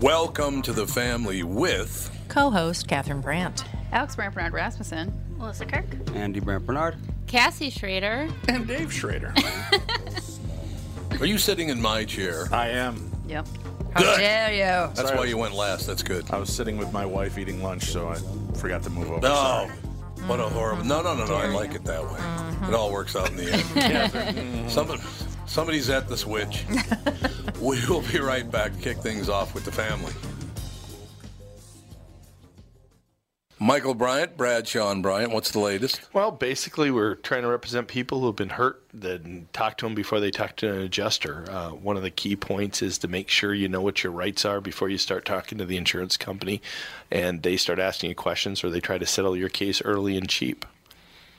Welcome to the family with Co host Catherine Brandt. Alex Brandt Bernard Rasmussen. Melissa Kirk. Andy Brant Bernard. Cassie Schrader. and Dave Schrader. Are you sitting in my chair? I am. Yep. How dare you? That's Sorry. why you went last. That's good. I was sitting with my wife eating lunch, so I forgot to move over. No. What a horrible. No, no, no, no. I like it that way. It all works out in the end. Somebody, somebody's at the switch. we will be right back to kick things off with the family. Michael Bryant, Brad Sean Bryant, what's the latest? Well, basically, we're trying to represent people who've been hurt. Then talk to them before they talk to an adjuster. Uh, one of the key points is to make sure you know what your rights are before you start talking to the insurance company, and they start asking you questions or they try to settle your case early and cheap.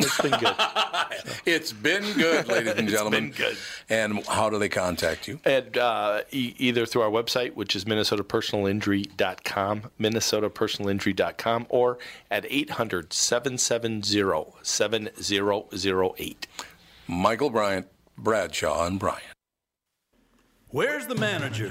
It's been good. It's been good, ladies and gentlemen. good. And how do they contact you? And uh, e- either through our website, which is minnesotapersonalinjury.com, minnesotapersonalinjury.com, or at 800-770-7008. Michael Bryant, Bradshaw, and Bryant. Where's the manager?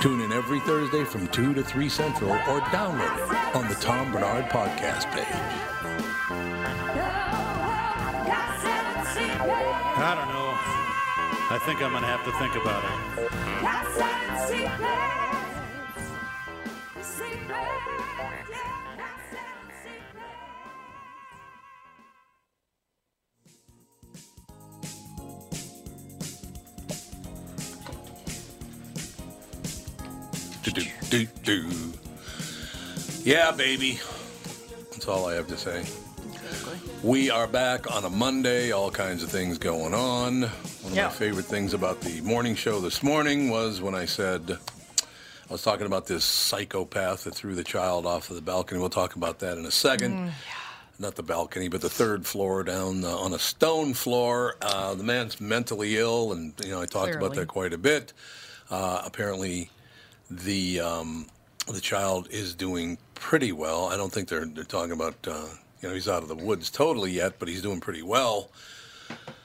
Tune in every Thursday from 2 to 3 Central or download it on the Tom Bernard podcast page. I don't know. I think I'm going to have to think about it. Do, do, do, do. Yeah, baby. That's all I have to say. We are back on a Monday, all kinds of things going on. One of Yeah. my favorite things about the morning show this morning was when I said, I was talking about this psychopath that threw the child off of the balcony. We'll talk about that in a second. Mm, Not the balcony, but the third floor down uh, on a stone floor. Uh, the man's mentally ill, and you know I talked about Clearly. that quite a bit. Uh, apparently, the um, the child is doing pretty well. I don't think they're they're talking about uh, you know he's out of the woods totally yet, but he's doing pretty well.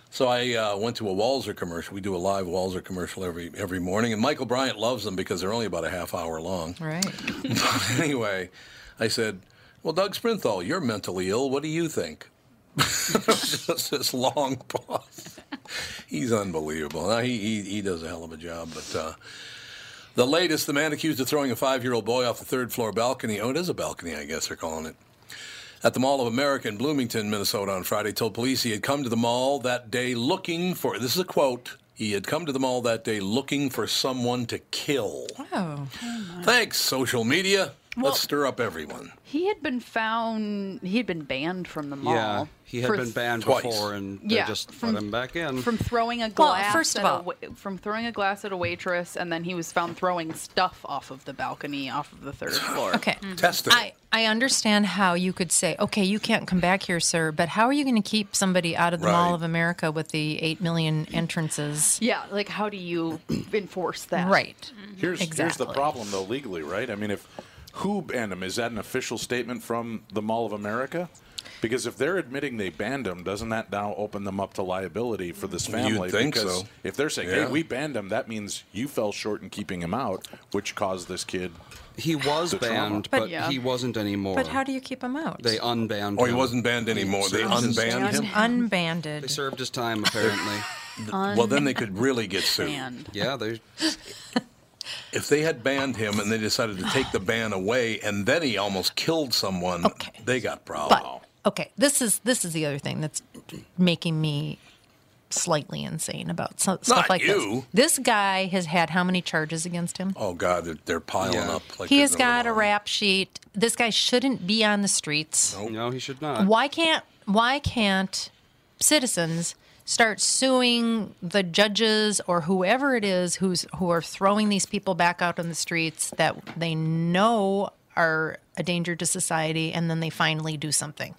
So I uh, went to a Walzer commercial. We do a live Walzer commercial every every morning, and Michael Bryant loves them because they're only about a half hour long. Right. But anyway, I said, "Well, Doug Sprinthal, you're mentally ill. What do you think?" Just this long pause. He's unbelievable. Now, he, he he does a hell of a job. But uh, the latest, the man accused of throwing a five-year-old boy off the third-floor balcony. Oh, it is a balcony, I guess they're calling it. At the Mall of America in Bloomington, Minnesota on Friday, told police he had come to the mall that day looking for. This is a quote. He had come to the mall that day looking for someone to kill. Oh. Thanks, social media. Let's stir up everyone. He had been found, he had been banned from the mall. Yeah, he had for been banned twice. before, and they Yeah, just from- let him back in. From throwing a Well, glass, first at of a all- wa- from throwing a glass at a waitress, and then he was found throwing stuff off of the balcony, off of the third floor. Okay. Test it. I, I understand how you could say, okay, you can't come back here, sir, but how are you going to keep somebody out of the Mall Right. of America with the 8 million entrances? Yeah, like how do you enforce that? Right. Here's here's the Exactly. problem though legally, right? I mean, if who banned him? Is that an official statement from the Mall of America? Because if they're admitting they banned him, doesn't that now open them up to liability for this You'd family? think because so. if they're saying, Yeah. "Hey, we banned him," that means you fell short in keeping him out, which caused this kid. He was the trauma. banned, But- but Yeah. he wasn't anymore. But how do you keep him out? they unbanned? Oh, he him. wasn't banned anymore. They served his- unbanned Un- him. They unbanded. served his time apparently. Well, then they could really get sued. And yeah, they. If they had banned him and they decided to take the ban away and then he almost killed someone, Okay. they got problems. But okay, this is this is the other thing that's making me slightly insane about so, stuff like you. this. This guy has had how many charges against him? Oh God, they're, they're piling Yeah. up. Like he there's has no got a tomorrow. rap sheet. This guy shouldn't be on the streets. No, he should not. Why can't why can't citizens start suing the judges or whoever it is who's who are throwing these people back out on the streets that they know are a danger to society and then they finally do something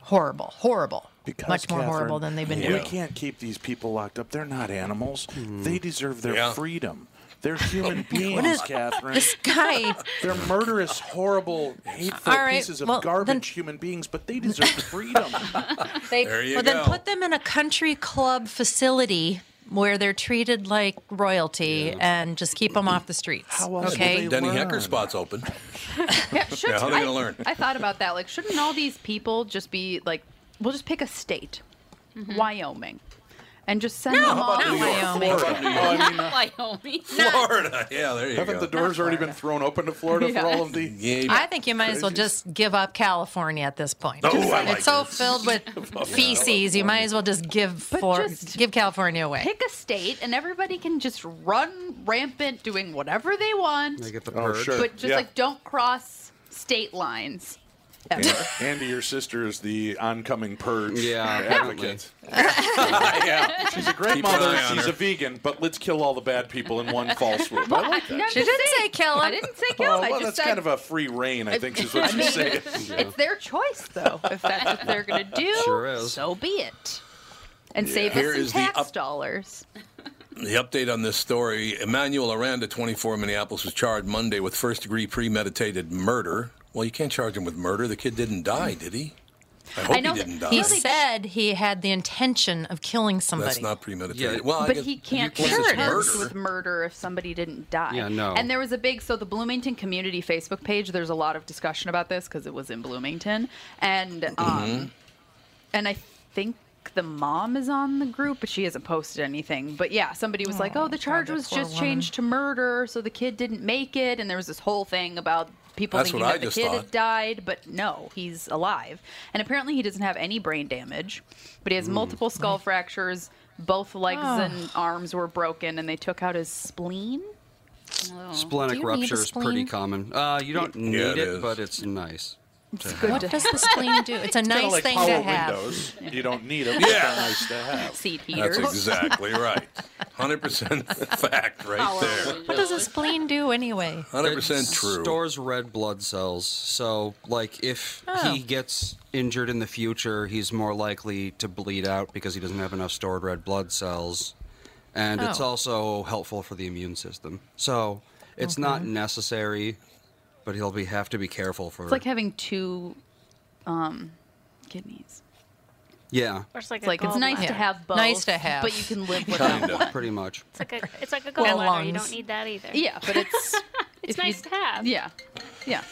horrible horrible much more horrible than they've been Yeah. Hmm. We doing can't keep these people locked up. They're not animals. They deserve their Yeah. freedom. They're human beings, is- Catherine. this guy They're murderous, horrible, hateful All right, pieces of well, then- garbage human beings, but they deserve freedom. They, There you well, go. then put them in a country club facility where they're treated like royalty and just keep them off the streets. How else will okay. they Denny Learn. Hecker spot's open. yeah, should, Yeah, how are they I- gonna learn? I thought about that. Like, shouldn't all these people just be like, we'll just pick a state, Mm-hmm. Wyoming, and just send them all not to Wyoming. Wyoming. uh, Wyoming. Florida. Yeah, there you Haven't go. the doors already been thrown open to Florida for all of the? Yeah, I think you might as well just give up California at this point. Oh, I like it's so this. filled with feces. You might as well just give But for, just give California away. Pick a state, and everybody can just run rampant, doing whatever they want. They get the Oh, purge. sure. But just Yeah. like, don't cross state lines. Ever. Andy, your sister is the oncoming purge Yeah, apparently. advocate. yeah, she's a great Keep an mother. eye on She's her. a vegan, but let's kill all the bad people in one fall swoop. I- no, I'm She just didn't say saying. kill I him. didn't say kill. Oh, him. I well, that's just said, kind of a free reign. I think is what I she's mean, saying. It's their choice, though. If that's what they're going to do, Sure is. so be it. And save Here us some is the tax up- dollars. The update on this story Emmanuel Aranda, 24, Minneapolis, was charged Monday with first degree premeditated murder. Well, you can't charge him with murder. The kid didn't die, did he? I hope I know he that didn't die. he said he had the intention of killing somebody. That's not premeditated. Yeah. well, I But guess- he can't Well, can't it's charge charge us murder. with murder if somebody didn't die. Yeah, no. And there was a big so the Bloomington community Facebook page. There's a lot of discussion about this because it was in Bloomington, and um, and I think the mom is on the group, but she hasn't posted anything. But yeah, somebody was like, "Oh, the charge that was poor just woman. changed to murder, so the kid didn't make it." And there was this whole thing about people That's thinking what I that the just kid thought. had died, but no, he's alive. And apparently, he doesn't have any brain damage, but Hmm. he has multiple skull fractures. Both legs Ah. Oh. and arms were broken, and they took out his spleen. Do Oh. Splenic you need a rupture is pretty spleen? common. Uh, you don't need it it, is. but it's nice. It's good What to does the spleen do? It's a nice like thing power to have. windows. You don't need them. Yeah. Yeah, nice to have. seat That's heaters. exactly right. 100% fact right there. What does a spleen do anyway? 100% true. Stores red blood cells, so like if Oh. he gets injured in the future, he's more likely to bleed out because he doesn't have enough stored red blood cells, and it's Oh. also helpful for the immune system. So it's not necessary, but he'll be have to be careful for. It's like having two um, kidneys. yeah, It's like, It's like it's nice to Yeah. have both. Nice to have. but you can live kind without of, one. pretty much. It's like a, it's like a Well, gallbladder. You lungs. don't need that either. Yeah, but it's It's if you- nice to have. Yeah, yeah.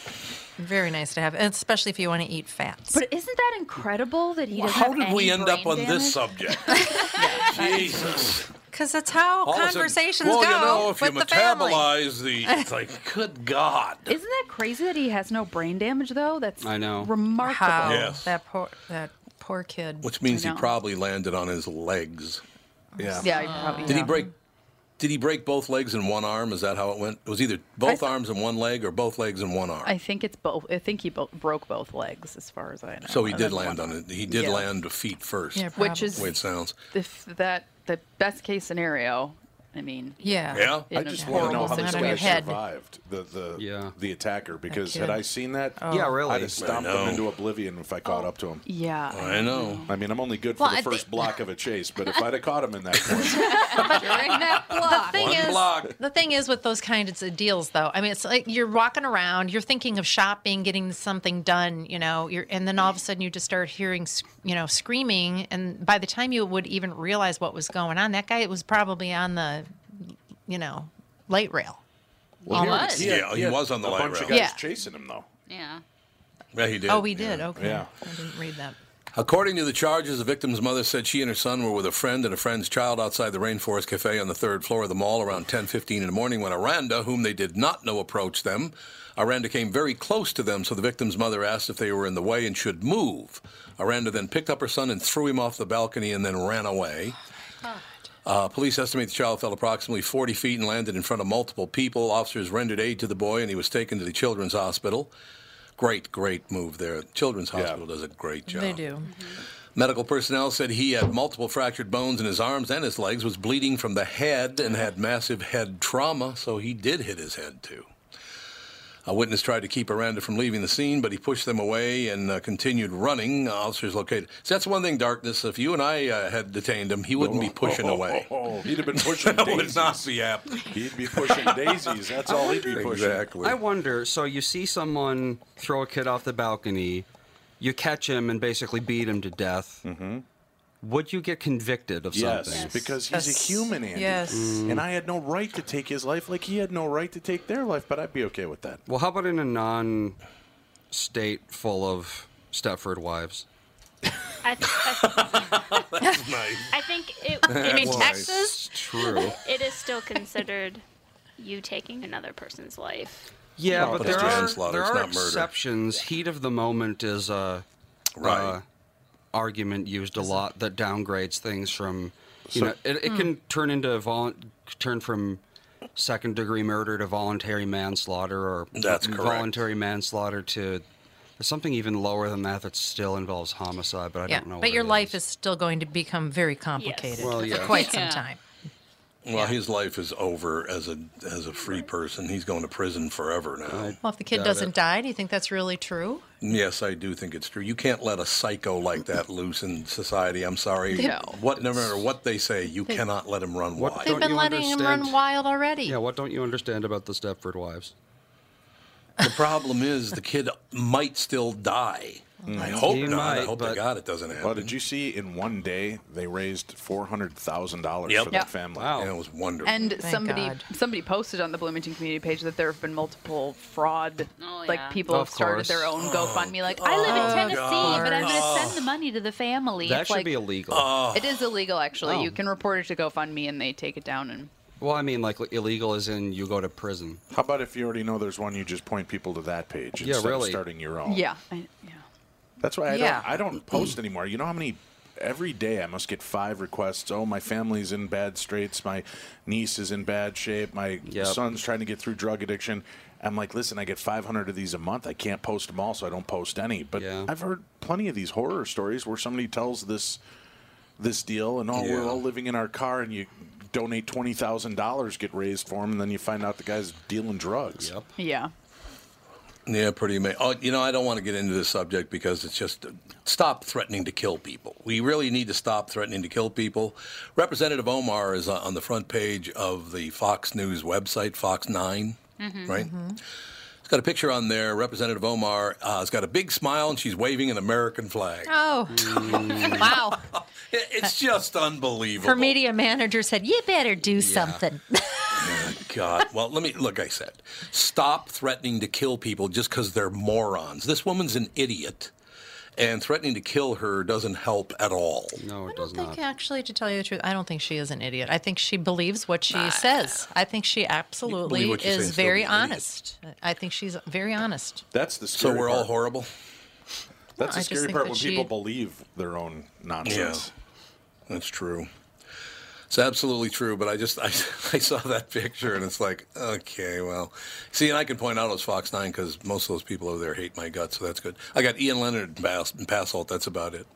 Very nice to have, and especially if you want to eat fats. But isn't that incredible that he? doesn't How have did we any end brain up on this damage? subject? Jesus. Because that's how All of a sudden, conversations well, go you know, if with you the family. metabolize the, it's like, good God. Isn't that crazy that he has no brain damage though? That's I know. remarkable. How Yes. that poor that poor kid. Which means he know. probably landed on his legs. Yeah. Yeah, he probably. Did he yeah. break? Did he break both legs and one arm? Is that how it went? It was either both th- arms and one leg, or both legs and one arm. I think it's both. I think he bo- broke both legs, as far as I know. so he And did then land one- on it. He did Yeah. land feet first. Yeah, the Which probably. is way it sounds. if that the best case scenario I mean, Yeah. Yeah. Yeah. I no, just no, want to know horrible how this sound on guy your head. survived the the Yeah. the attacker because had kid. Oh. I seen that, Yeah, I'd really. have stomped know. him into oblivion if I caught up to him. yeah. I know. I mean, I'm only good for Well, the I first thi- block of a chase, but if I'd have caught him in that point, During that block. thing One is, block. the thing is with those kinds of deals, though. I mean, it's like you're walking around, you're thinking of shopping, getting something done, you know, you're, and then all of a sudden you just start hearing, s- you know, screaming, and by the time you would even realize what was going on, that guy was probably on the, you know, light rail. well, Well, was. he Yeah, he was on the a light bunch rail. of guys Yeah. chasing him though. Yeah. Yeah, he did. Oh, we yeah. did. Okay, Yeah. I didn't read that. According to the charges, the victim's mother said she and her son were with a friend and a friend's child outside the Rainforest Cafe on the third floor of the mall around 10:15 in the morning when Aranda, whom they did not know approached them. Aranda came very close to them, so the victim's mother asked if they were in the way and should move. Aranda then picked up her son and threw him off the balcony and then ran away. Uh, police estimate the child fell approximately 40 feet and landed in front of multiple people. Officers rendered aid to the boy and he was taken to the Children's Hospital. Great, great move there. Children's Hospital does a great job. They do. Medical personnel said he had multiple fractured bones in his arms and his legs, was bleeding from the head, and had massive head trauma, so he did hit his head too. A witness tried to keep Aranda from leaving the scene, but he pushed them away and uh, continued running. Officers located. So that's one thing, darkness. If you and I uh, had detained him, he wouldn't be pushing away. Oh, he'd have been pushing That would daisies. not be apt. He'd be pushing daisies. That's all he'd be pushing. Exactly. I wonder. So you see someone throw a kid off the balcony, you catch him and basically beat him to death. Mm-hmm. Would you get convicted of Yes, something? because he's Yes. a human, Andy. Yes. Mm. And I had no right to take his life like he had no right to take their life, but I'd be okay with that. Well, how about in a non-state full of Stepford wives? I, th- I, I think it, in Wise. Texas, It's true. it is still considered you taking another person's life. Yeah, but it's there are manslaughter, there it's are not murder. exceptions. Heat of the moment is a Right. uh, argument used a lot that downgrades things from you know it, Hmm. it can turn into vol- turn from second degree murder to voluntary manslaughter or That's correct. voluntary manslaughter to something even lower than that that still involves homicide. But I Yeah, don't know. but what your it life is still going to become very complicated Well, for yeah. quite Yeah. some time. well, his life is over as a as a free person. He's going to prison forever now. Well, if the kid Doubt doesn't it. die, do you think that's really true? Yes, I do think it's true. You can't let a psycho like that loose in society. I'm sorry. No. What, no matter what they say, you cannot let him run What wild. don't They've been you letting him run understand- wild already. Yeah, what don't you understand about the Stepford wives? The problem is the kid might still die. I hope Mm. He not. I might, hope but- to God it doesn't happen. Well, did you see in one day they raised four hundred thousand dollars Yep. for Yeah. that family? Wow. And it was wonderful. And somebody God. somebody posted on the Bloomington community page that there have been multiple fraud, Oh, yeah. like people Of have started their course. own GoFundMe. Like I live Oh, in Tennessee, but I'm going to send the money to the family. That It's should like, be illegal. Uh, It is illegal, actually. Oh. You can report it to GoFundMe, and they take it down. And well, I mean, like illegal is in you go to prison. How about if you already know there's one, you just point people to that page Yeah, instead really. of starting your own. yeah, I, yeah. that's why I Yeah. don't I don't post anymore. You know how many every day I must get five requests. Oh, my family's in bad straits. My niece is in bad shape. My Yep. son's trying to get through drug addiction. I'm like, listen, I get 500 of these a month. I can't post them all, so I don't post any. But Yeah. I've heard plenty of these horror stories where somebody tells this this deal, and oh, Yeah. we're all living in our car, and you donate twenty thousand dollars, get raised for him, and then you find out the guy's dealing drugs. Yep. Yeah. yeah, pretty amazing. Oh, you know, I don't want to get into this subject because it's just stop threatening to kill people. We really need to stop threatening to kill people. Representative Omar is uh, on the front page of the Fox News website, Fox 9, right? It's got a picture on there. Representative Omar uh, has got a big smile and she's waving an American flag. Oh, Mm. wow. It- It's just unbelievable. Her media manager said, You better do something. God. Well, let me look. I said, stop threatening to kill people just because they're morons. This woman's an idiot, and threatening to kill her doesn't help at all. No, it I does don't think, not. actually, to tell you the truth, I don't think she is an idiot. I think she believes what she says. I think she absolutely what you say and is still be very an idiot. honest. I think she's very honest. That's the So scary we're part. all horrible. That's I the just scary think part that when she- people believe their own nonsense. That's true. It's absolutely true, but I just I, I saw that picture and it's like okay, well, see, and I can point out it was Fox Nine because most of those people over there hate my guts, so that's good. I got Ian Leonard and uh, Bas- and Passolt. That's about it.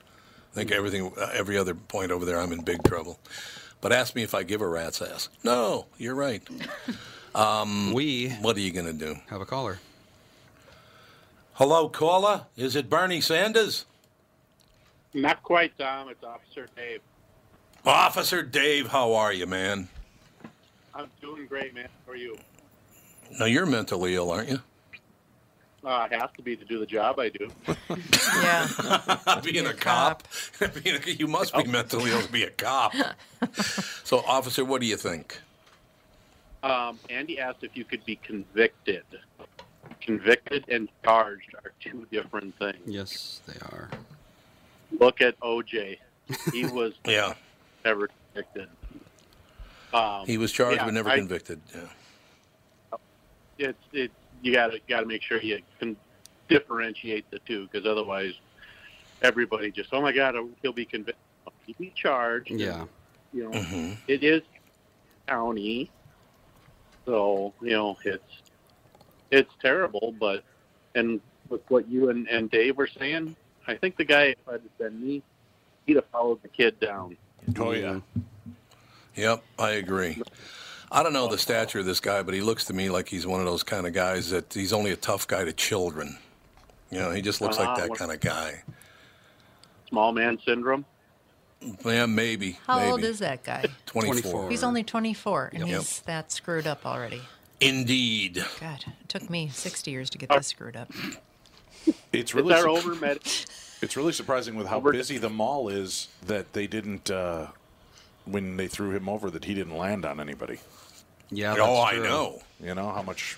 I think everything, every other point over there, I'm in big trouble. But ask me if I give a rat's ass. No, you're right. We What are you going to do? have a caller. Hello, caller. Is it Bernie Sanders? Not quite, Dom. It's Officer Dave. Officer Dave, how are you, man? I'm doing great, man. How are you? Now you're mentally ill, aren't you? Uh, I have to be to do the job I do. Yeah. being a cop, being a, you must be mentally ill to be a cop. so, officer, what do you think? Um, Andy asked if you could be convicted. Convicted and charged are two different things. Yes, they are. Look at OJ. He was Yeah, never convicted. Um, he was charged Yeah, but never I- convicted. Yeah. it's it's you got to got to make sure you can differentiate the two because otherwise everybody just oh my god he'll be convicted he'll be charged Yeah. you know Mm-hmm. it is county so you know it's it's terrible but and with what you and, and dave were saying i think the guy if i'd have been me he'd have followed the kid down Oh yeah. Yep, I agree. I don't know the stature of this guy, but he looks to me like he's one of those kind of guys that he's only a tough guy to children. You know, he just looks Ah, like that what- kind of guy. small man syndrome Yeah, maybe. How maybe. old is that guy? 24. 24. He's only 24 and Yep. he's that screwed up already. Indeed. God, it took me 60 years to get this screwed up. It's is really that sur- over med- It's really surprising with how Over- busy the mall is that they didn't uh, when they threw him over that he didn't land on anybody. Yeah. That's oh, I true. know. You know how much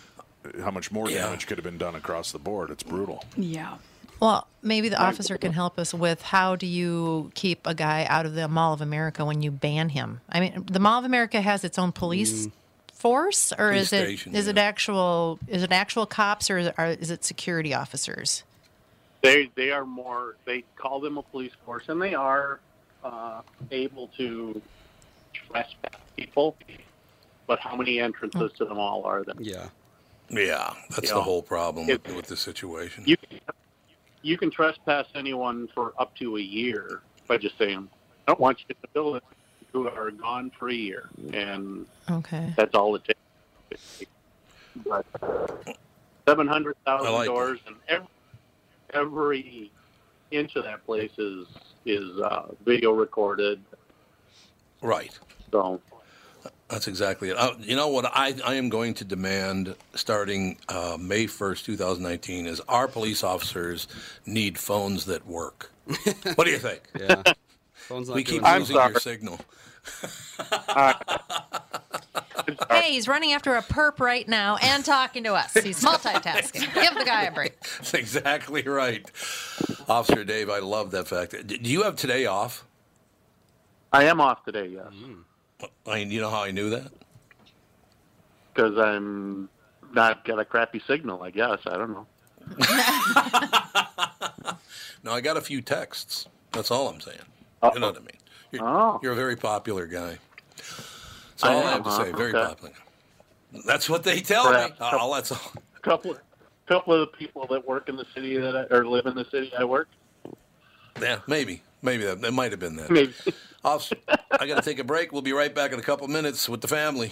how much more Yeah. damage could have been done across the board. It's brutal. Yeah. Well, maybe the officer can help us with how do you keep a guy out of the Mall of America when you ban him? I mean, the Mall of America has its own police force, or Mm. Police is it is station, it yeah. actual is it actual cops or is it, are, is it security officers? they they are more they call them a police force and they are uh, able to trespass people but how many entrances to the mall are there Yeah. Yeah, that's Yeah. the whole problem with, It- with the situation. you can, you can trespass anyone for up to a year by just saying i don't want you in the building who are gone for a year and Okay. that's all it takes but 700000 I like that. doors and every, every inch of that place is is uh, video recorded right. So That's exactly it. Uh, you know what I, I am going to demand starting uh, May 1st, 2019 is our police officers need phones that work. what do you think? Yeah. Phone's not We doing keep anything. losing your signal. Uh, Hey, he's running after a perp right now and talking to us. He's multitasking. Give the guy a break. That's exactly right. Officer Dave, I love that fact. D- Do you have today off? I am off today, yes, Mm. I mean, you know how I knew that? because I'm not got a crappy signal. I guess I don't know. No, I got a few texts. That's all I'm saying. You know what I mean? You're, Oh. you're a very popular guy. That's I all I, am, have to huh? say. Very Okay. popular. That's what they tell me. Perhaps. All that's all. Couple, couple of the people that work in the city that I, or live in the city I work. Yeah, maybe. Maybe that, that might have been that. Maybe. Officer, I got to take a break. We'll be right back in a couple minutes with the family.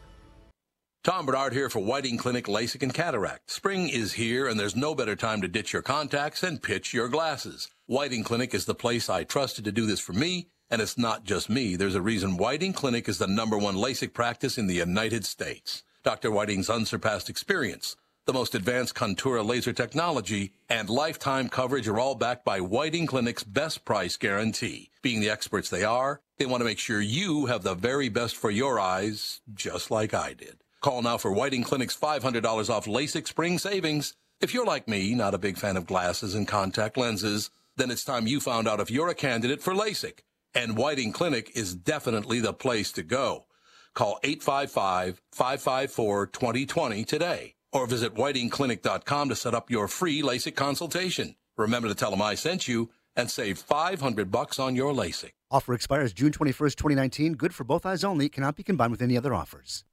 Tom Bernard here for Whiting Clinic LASIK and Cataract. Spring is here and there's no better time to ditch your contacts and pitch your glasses. Whiting Clinic is the place I trusted to do this for me, and it's not just me. There's a reason Whiting Clinic is the number one LASIK practice in the United States. Dr. Whiting's unsurpassed experience, the most advanced Contura laser technology, and lifetime coverage are all backed by Whiting Clinic's best price guarantee. Being the experts they are, they want to make sure you have the very best for your eyes, just like I did. Call now for Whiting Clinic's $500 off LASIK spring savings. If you're like me, not a big fan of glasses and contact lenses, then it's time you found out if you're a candidate for LASIK. And Whiting Clinic is definitely the place to go. Call 855-554-2020 today or visit whitingclinic.com to set up your free LASIK consultation. Remember to tell them I sent you and save 500 bucks on your LASIK. Offer expires June 21st, 2019. Good for both eyes only. Cannot be combined with any other offers.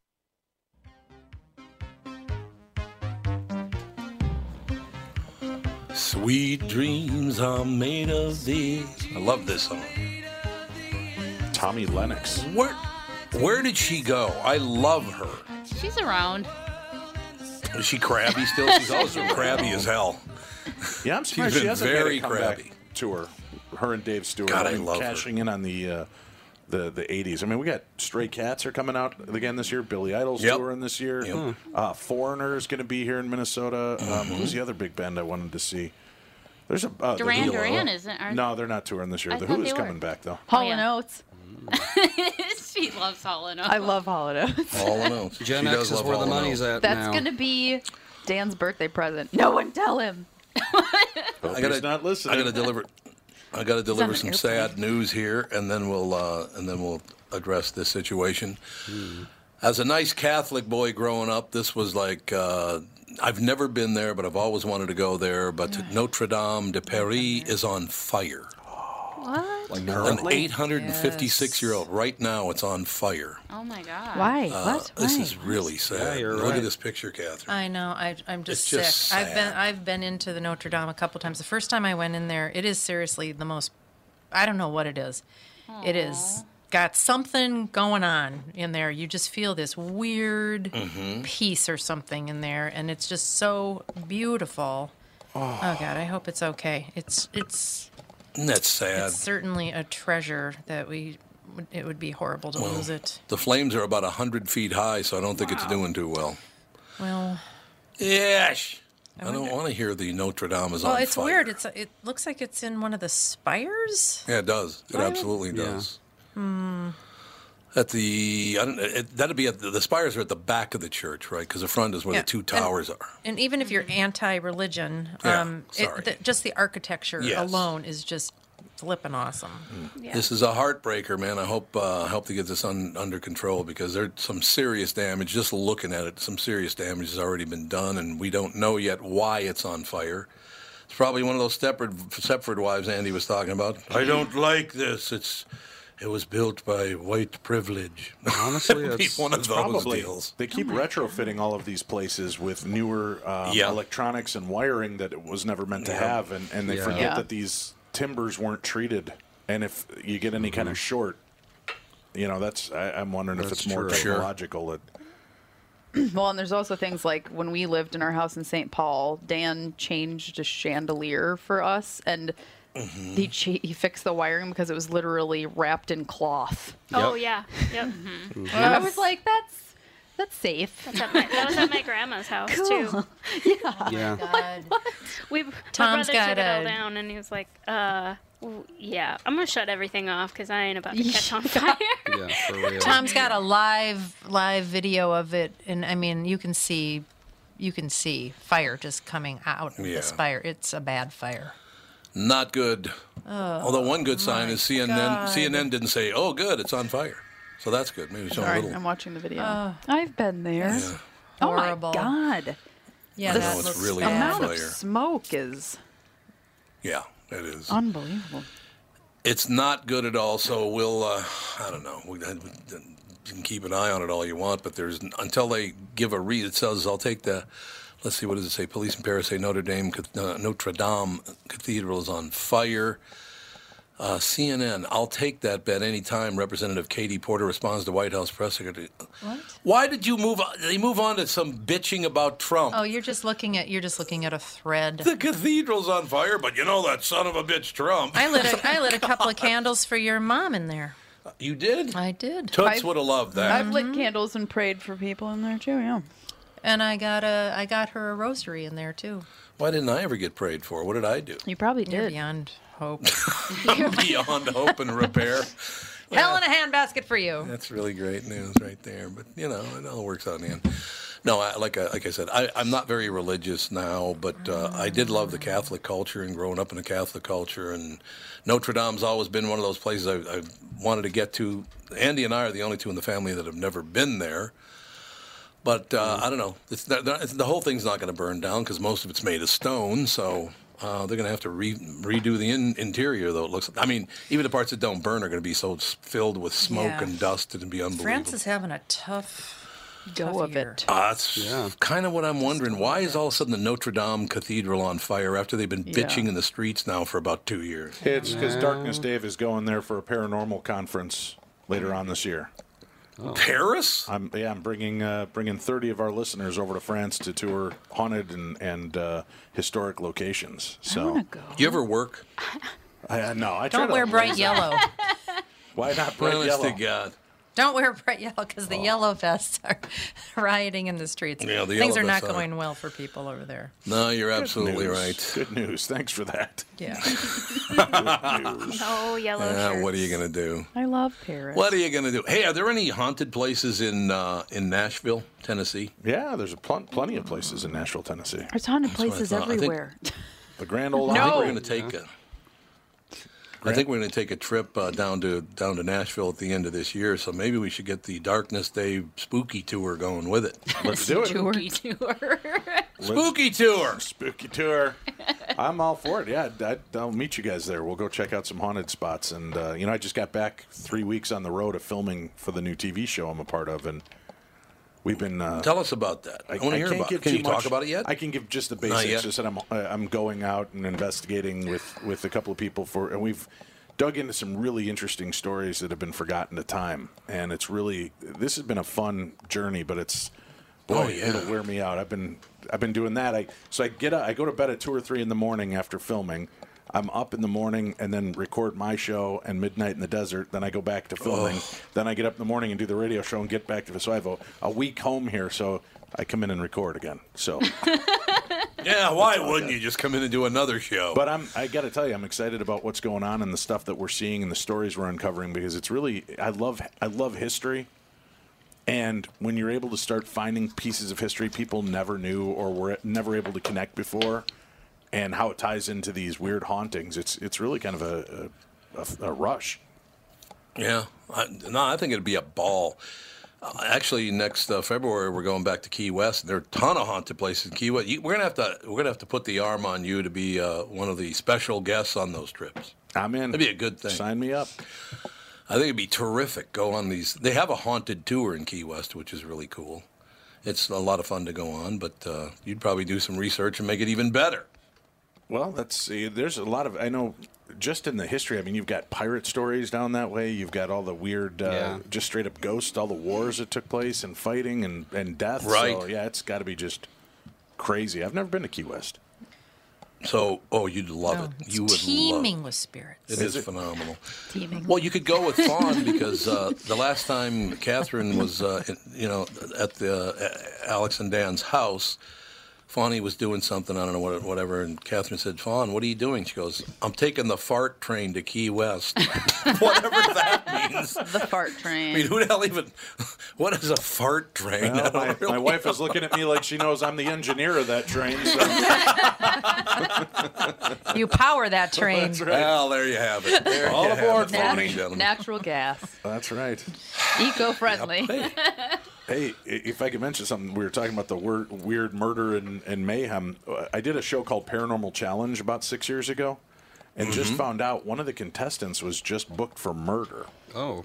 Sweet dreams are made of these. I love this song. Tommy Lennox. Where where did she go? I love her. She's around. Is she crabby still? She's also crabby as hell. Yeah, I'm surprised She's she been hasn't very made a comeback crabby. tour. Her and Dave Stewart. God, I mean, love her. cashing in on the uh, the the 80s. I mean, we got Stray Cats are coming out again this year. Billy Idol's Yep. touring this year. Yep. Mm-hmm. Foreigner's Uh, Foreigner is going to be here in Minnesota. Um, who's the other big band I wanted to see? There's a uh, the Duran Who. Duran isn't- aren't- No, they're not touring this year. I the thought Who is they were. coming back though. Hall and Oates. she loves Hall and Oates. I love Hall and Oates. All in all. Gen She X does is love where the Hall and money's Uh, Oates. at That's now. gonna be Dan's birthday present. No one tell him. I gotta, not listening. I gotta deliver. I gotta deliver on some an sad news here, and then we'll uh, and then we'll address this situation. As a nice Catholic boy growing up, this was like uh, I've never been there, but I've always wanted to go there. But Notre Dame de Paris is on fire. What? Like currently? an 856 year old right now, it's on fire. Oh my god. Why? Uh, what? This Why? is really sad. you're Look right. at this picture, Catherine. I know. I, I'm just It's sick. just I've been sad. I've been into the Notre Dame a couple times. The first time I went in there, it is seriously the most. I don't know what it is. It is got something going on in there. You just feel this weird Mm-hmm. peace or something in there, and it's just so beautiful. Oh, God! I hope it's okay. It's it's Isn't that sad? Uh, it's certainly a treasure that we. would- It would be horrible to lose it. The flames are about 100 feet high, so I don't think it's doing too well. Well. Yes. I, don't want to hear the Notre Dame is Well, on it's fire. weird. It's it looks like it's in one of the spires. Hmm. Yeah, it does. It Why would- absolutely Yeah. does. At the, I don't. It, that'd be at the, the spires are at the back of the church, right? Because the front is where Yeah. the two And- towers are. And even if you're anti-religion, Yeah, um, sorry. it, the, just the architecture Yes. Hmm. alone is just flipping awesome. This is a heartbreaker, man. I hope uh, I hope they get this un, under control because there's some serious damage. Just looking at it, some serious damage has already been done, and we don't know yet why it's on fire. It's probably one of those Stepford, Stepford wives Andy was talking about. I don't like this. It's it was built by white privilege. Honestly, It'd be it's- one of it's those Probably. deals. They keep retrofitting all of these places with newer um, Yeah. electronics and wiring that it was never meant to have, and, and they Yeah. forget Yeah. that these timbers weren't treated. And if you get any kind of short, you know, that's I, I'm wondering if Mm-hmm. That's it's more true. Sure. technological. That, Well, and there's also things like when we lived in our house in St. Paul, Dan changed a chandelier for us, and he cha- he fixed the wiring because it was literally wrapped in cloth. Oh Yep. Mm-hmm. yeah. Yep. Mm-hmm. And I was like, that's that's safe. That's at my, that was at my grandma's house too. Yeah. We my Tom's brother took got it all a- down and he was like, uh, w- yeah, I'm gonna shut everything off because I ain't about to catch on fire. Yeah, for real. Tom's got a live live video of it, and I mean you can see you can see fire just coming out of Yeah. the spire. It's a bad fire. Not good. Oh Although one good sign is CNN. God. CNN didn't say, "Oh, good, it's on fire," so that's good. Maybe it's All a right, little. I'm watching the video. I've been there. Oh my Horrible. god! Yeah, know, that it's looks really The bad. amount of fire. smoke is yeah, it is. unbelievable. it's not good at all. So we'll, uh, I don't know. We, you can keep an eye on it all you want, but there's until they give a read. It says I'll take the. Let's see, what does it say? Police in Paris say Notre Dame, Cath- uh, Notre Dame Cathedral is on fire. Uh, CNN, I'll take that bet anytime. Representative Katie Porter responds to White House press secretary. What? Why did you move? On? They move on to some bitching about Trump. Oh, you're just looking at you're just looking at a thread. The cathedral's on fire, but you know that son of a bitch Trump. I lit a, I lit a couple of candles for your mom in there. You did? I did. Mm-hmm. Toots would have loved that. I've lit candles and prayed for people in there too. Yeah. And I got a I got her a rosary in there too. Why didn't I ever get prayed for? What did I do? You probably did. beyond hope. Beyond hope and repair. Hell in a handbasket for you. That's really great news right there. But you know, it all works out in the end. No, I, like I, like I said, I, I'm not very religious now, but uh, I did love the Catholic culture and growing up in the Catholic culture. And Notre Dame's always been one of those places I, I wanted to get to. Andy and I are the only two in the family that have never been there. But uh, I don't know. It's not, not- it's, the whole thing's not going to burn down because most of it's made of stone. So uh, they're going to have to re- redo the in- interior, though. It looks. I mean, even the parts that don't burn are going to be so s- filled with smoke Yeah. and dust it'd be unbelievable. France is having a tough go of it. Ah, that's kind of what I'm wondering. Why is all of a sudden the Notre Dame Cathedral on fire after they've been Yeah. bitching in the streets now for about two years? It's because Darkness Dave is going there for a paranormal conference later on this year. Oh. Paris? I'm, yeah, I'm bringing uh, bringing 30 of our listeners over to France to tour haunted and, and uh, historic locations. So You ever work? I, uh, no, I try Don't to wear bright avoid that. yellow. Why not bright Honest yellow? to God. Don't wear bright yellow because the yellow vests are rioting in the streets. Oh. Yeah, the Things are yellow not vests are- going well for people over there. No, you're Good absolutely news. right. Good news. Thanks for that. Yeah. No yellow Yeah, shirts. what are you going to do? I love Paris. What are you going to do? Hey, are there any haunted places in uh, in Nashville, Tennessee? Yeah, there's a pl- plenty of places in Nashville, Tennessee. There's haunted That's what I places thought. I think- everywhere. The Grand Ole I think Opry. we're going to take a. I think we're going to take a trip uh, down to down to Nashville at the end of this year, so maybe we should get the Darkness Day Spooky Tour going with it. Let's do it. Spooky tour. Spooky tour. Spooky tour. I'm all for it. Yeah, I, I'll meet you guys there. We'll go check out some haunted spots. And uh, you know, I just got back three weeks on the road of filming for the new TV show I'm a part of, and we've been. Uh, Tell us about that. I, want to hear can't about. give it. Can too you talk much- about it yet? I can give just the Not yet. basics. Just that I'm uh, I'm going out and investigating with with a couple of people for, and we've dug into some really interesting stories that have been forgotten to time. And it's really this has been a fun journey, but it's boy, Oh, yeah. it'll wear me out. I've been I've been doing that. I so I get up, I go to bed at two or three in the morning after filming. I'm up in the morning and then record my show and midnight in the desert. Then I go back to filming. Then I get up in the morning and do the radio show and get back to it. So I have a, a week home here. So I come in and record again. So, yeah, why wouldn't you just come in and do another show? but I'm I got to tell you, I'm excited about what's going on and the stuff that we're seeing and the stories we're uncovering because it's really I love I love history. And when you're able to start finding pieces of history people never knew or were never able to connect before, and how it ties into these weird hauntings, it's it's really kind of a a, a, a rush. Yeah, I, no, I think it'd be a ball. Uh, actually, next uh, February we're going back to Key West. There are a ton of haunted places in Key West. You, we're gonna have to we're gonna have to put the arm on you to be uh, one of the special guests on those trips. I'm in. That'd be a good thing. Sign me up. I think it'd be terrific. Go on these. They have a haunted tour in Key West, which is really cool. It's a lot of fun to go on, but uh, you'd probably do some research and make it even better. Well, that's uh, there's a lot of I know just in the history. I mean, you've got pirate stories down that way. You've got all the weird, uh, Yeah. just straight up ghosts, all the wars that took place and fighting and and death. So, Right. yeah, it's got to be just crazy. I've never been to Key West. So, oh, you'd love it. It's you would love it. teeming with spirits. It is phenomenal. Teeming. Well, you could go with Fawn because uh, the last time Catherine was, uh, in, you know, at the uh, Alex and Dan's house, Fawny was doing something. I don't know what, it- whatever. And Catherine said, "Fawn, what are you doing?" She goes, "I'm taking the fart train to Key West." whatever that means. the fart train. I mean, who the hell even? What is a fart train? I Well, don't my, really my wife is looking at me like she knows I'm the engineer of that train. So You power that train. that's right. Well, there you have it. There All you have aboard, it, Fawny. ladies and gentlemen. Natural gas, That's right. eco-friendly. Hey, Hey, i- if I could mention something, we were talking about the wor- weird murder and, and mayhem. Uh, I did a show called Paranormal Challenge about six years ago, and just found out one of the contestants was just booked for murder. Oh,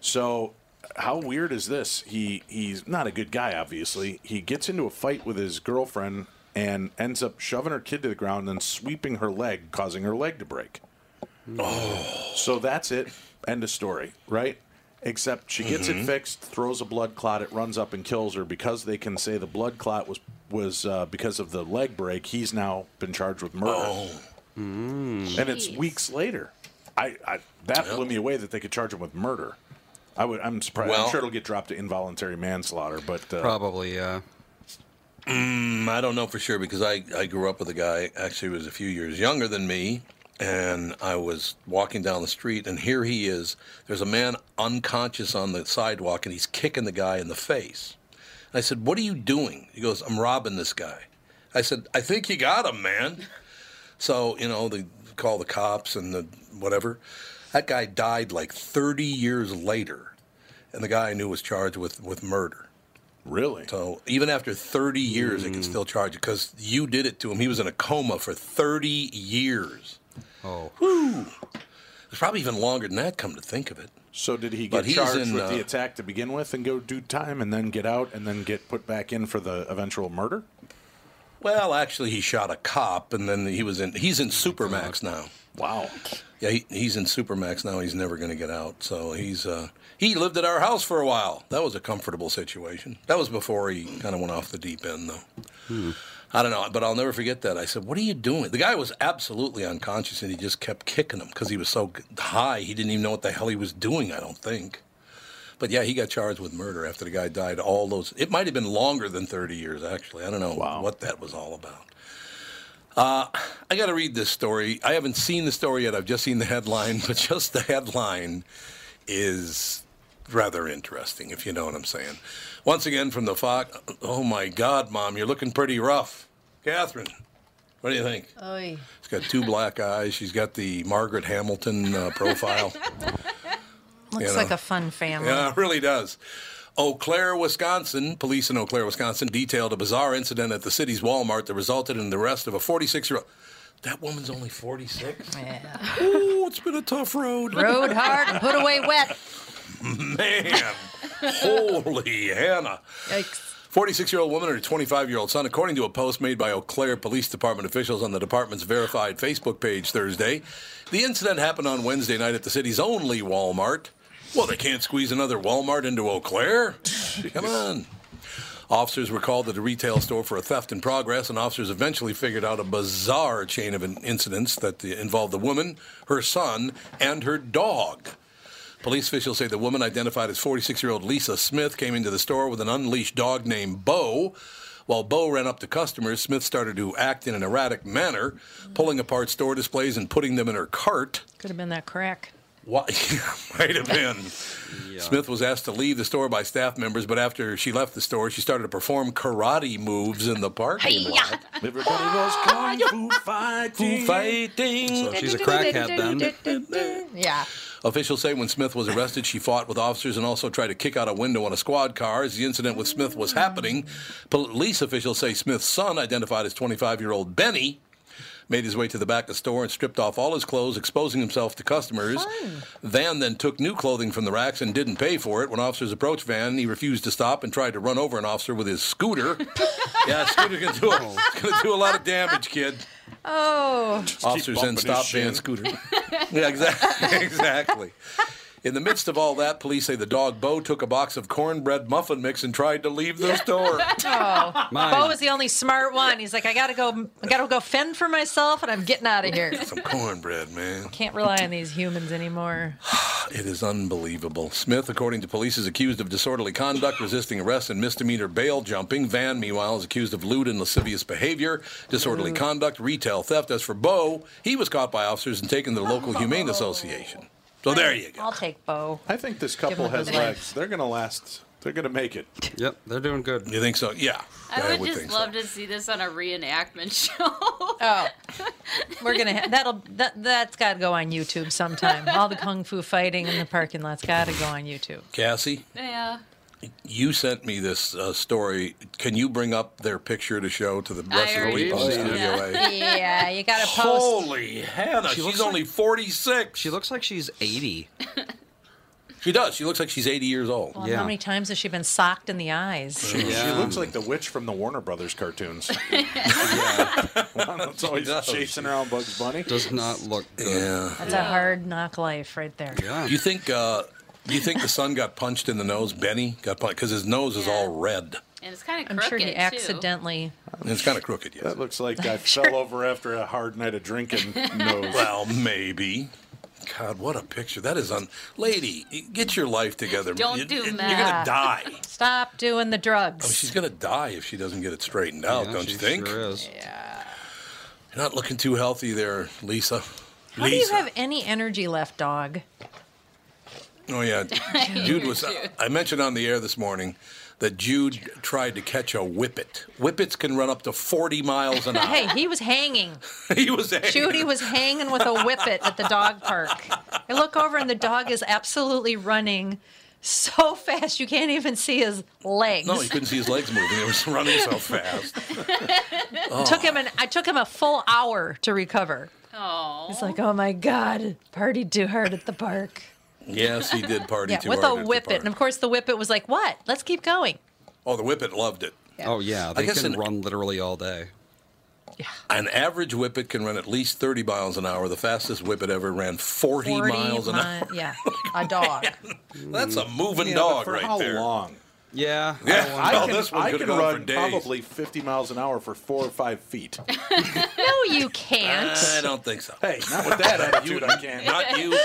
So, how weird is this? He he's not a good guy, obviously. He gets into a fight with his girlfriend and ends up shoving her kid to the ground and sweeping her leg, causing her leg to break. Oh. So that's it. End of story, right? Except she gets it fixed, throws a blood clot, it runs up and kills her because they can say the blood clot was was uh, because of the leg break. He's now been charged with murder, Mm. oh, and it's Jeez. weeks later. I, I that blew me away that they could charge him with murder. I would. I'm surprised. Well- I'm sure it'll get dropped to involuntary manslaughter, but uh, Probably, yeah. Mm, I don't know for sure because I, I grew up with a guy, actually, who was a few years younger than me. And I was walking down the street, and here he is. There's a man unconscious on the sidewalk, and he's kicking the guy in the face. I said, What are you doing? He goes, I'm robbing this guy. I said, I think you got him, man. So, you know, they call the cops and the whatever. That guy died like 30 years later, and the guy I knew was charged with, with murder. Really? Hmm. So even after 30 years, they can still charge you because you did it to him. He was in a coma for 30 years. Oh. Whew. It's probably even longer than that, come to think of it. So did he But get he's charged in, with uh, the attack to begin with and go do time and then get out and then get put back in for the eventual murder? Well, actually, he shot a cop, and then he was in. He's in Supermax now. Oh Wow. Yeah, he, he's in Supermax now. He's never going to get out. So he's uh, he lived at our house for a while. That was a comfortable situation. That was before he kind of went off the deep end, though. I don't know, but I'll never forget that. I said, "What are you doing?" The guy was absolutely unconscious, and he just kept kicking him because he was so g- high. He didn't even know what the hell he was doing. I don't think. But yeah, he got charged with murder after the guy died. All those. It might have been longer than thirty years, actually. I don't know what that was all about. Uh, I got to read this story. I haven't seen the story yet. I've just seen the headline, but just the headline is rather interesting, if you know what I'm saying. Once again, from the Fox. Oh my God, Mom, you're looking pretty rough, Catherine. What do you think? Oy. She's got two black eyes. She's got the Margaret Hamilton uh, profile. Looks know. like a fun family. Yeah, it really does. Eau Claire, Wisconsin. Police in Eau Claire, Wisconsin detailed a bizarre incident at the city's Walmart that resulted in the arrest of a 46 year old. That woman's only 46? Yeah. Ooh, it's been a tough road. Rode hard and put away wet. Man, holy Hannah. Yikes. 46 year old woman and her 25 year old son, according to a post made by Eau Claire Police Department officials on the department's verified Facebook page Thursday. The incident happened on Wednesday night at the city's only Walmart. Well, they can't squeeze another Walmart into Eau Claire. Come on. Officers were called to the retail store for a theft in progress, and officers eventually figured out a bizarre chain of in- incidents that the- involved the woman, her son, and her dog. Police officials say the woman, identified as 46 year old Lisa Smith, came into the store with an unleashed dog named Bo. While Bo ran up to customers, Smith started to act in an erratic manner, pulling apart store displays and putting them in her cart. Could have been that crack. Why? Might have been. Smith was asked to leave the store by staff members, but after she left the store, she started to perform karate moves in the parking Hi-ya. lot. Everybody was kung fu fighting. fighting. So she's a crackhead then. Yeah. Officials say when Smith was arrested, she fought with officers and also tried to kick out a window on a squad car as the incident with Smith was happening. Police officials say Smith's son, identified as 25 year old Benny, made his way to the back of the store and stripped off all his clothes, exposing himself to customers. Van then took new clothing from the racks and didn't pay for it. When officers approached Van, he refused to stop and tried to run over an officer with his scooter. yeah, scooter can do, Oh. it's gonna do a lot of damage, kid. Oh. Officers then bumping his stopped Van shin. Scooter. yeah, exactly. exactly. In the midst of all that, police say the dog Bo took a box of cornbread muffin mix and tried to leave the store. Oh, Mine. Bo was the only smart one. He's like, I gotta go, I gotta go fend for myself, and I'm getting out of here. Some cornbread, man. Can't rely on these humans anymore. It is unbelievable. Smith, according to police, is accused of disorderly conduct, resisting arrest, and misdemeanor bail jumping. Van, meanwhile, is accused of lewd and lascivious behavior, disorderly Mm. conduct, retail theft. As for Bo, he was caught by officers and taken to the local Humane Association. So there you go. I'll take Bo. I think this Give him couple a has good life. legs. They're going to last. They're going to make it. Yep, they're doing good. You think so? Yeah. I would, just love to see this on a reenactment show. Oh, we're gonna ha- that'll that that's gotta go on YouTube sometime. All the kung fu fighting in the parking lot's gotta go on YouTube. Cassie, Yeah. you sent me this uh, story. Can you bring up their picture to show to the rest of the already people in did. Studio A? Yeah, you gotta post. Holy Hannah, She she's looks only 46. She looks like she's 80. She does. She looks like she's 80 years old. Well, How many times has she been socked in the eyes? She, she Yeah. looks like the witch from the Warner Brothers cartoons. It's always chasing around Bugs Bunny. Does not look good. Yeah. That's a hard knock life right there. Do you think uh, do you think the son got punched in the nose? Benny got punched because his nose is all red. And it's kind of I'm crooked. sure he too. accidentally. And it's kind of crooked. Yes. That looks like I fell over after a hard night of drinking. Nose. Well, maybe. God, what a picture. That is un. Lady, get your life together. Don't You- do you- You're going meth. to die. Stop doing the drugs. I mean, she's going to die if she doesn't get it straightened out, Yeah, don't she you think? sure Yeah. You're not looking too healthy there, Lisa. How do you Lisa. have any energy left, dog? Oh yeah, I Jude hear was. Jude. I mentioned on the air this morning that Jude tried to catch a whippet. Whippets can run up to forty miles an hour. hey, he was hanging. he was angry. Judy was hanging with a whippet at the dog park. I look over and the dog is absolutely running so fast you can't even see his legs. No, you couldn't see his legs moving. He was running so fast. Oh. took him an I took him a full hour to recover. Oh. It's like, oh my God, party too hard at the park. Yes, he did party yeah, too with hard at a the whippet. park. And of course the whippet was like, What? Let's keep going. Oh, the whippet loved it. Oh yeah, they guess can an- run literally all day. An average whippet can run at least thirty miles an hour. The fastest whippet ever ran forty, miles an mi- hour. Yeah. A dog. That's a moving Mm. Yeah, but dog for right how there. long? Yeah. Yeah. don't I know. Oh, can, this one I could've can gone for run days. probably 50 miles an hour for four or five feet. no, you can't. I don't think so. Hey, not with that attitude, I can't. Not you,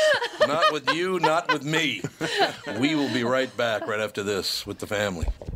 not with you, not with me. We will be right back right after this with the family.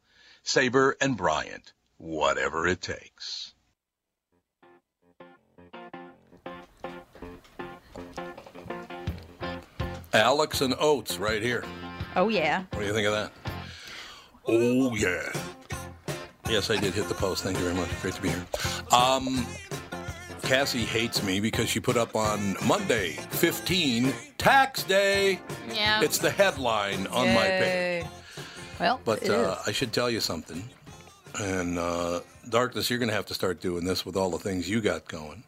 Sabre and Bryant, whatever it takes. Alex and Oates, right here. Oh yeah. What do you think of that? Oh yeah. Yes, I did hit the post. Thank you very much. Great to be here. Um, Cassie hates me because she put up on Monday, 15, tax day. Yeah. It's the headline on my page. Well, But it uh, is. I should tell you something. And uh, darkness, you're going to have to start doing this with all the things you got going.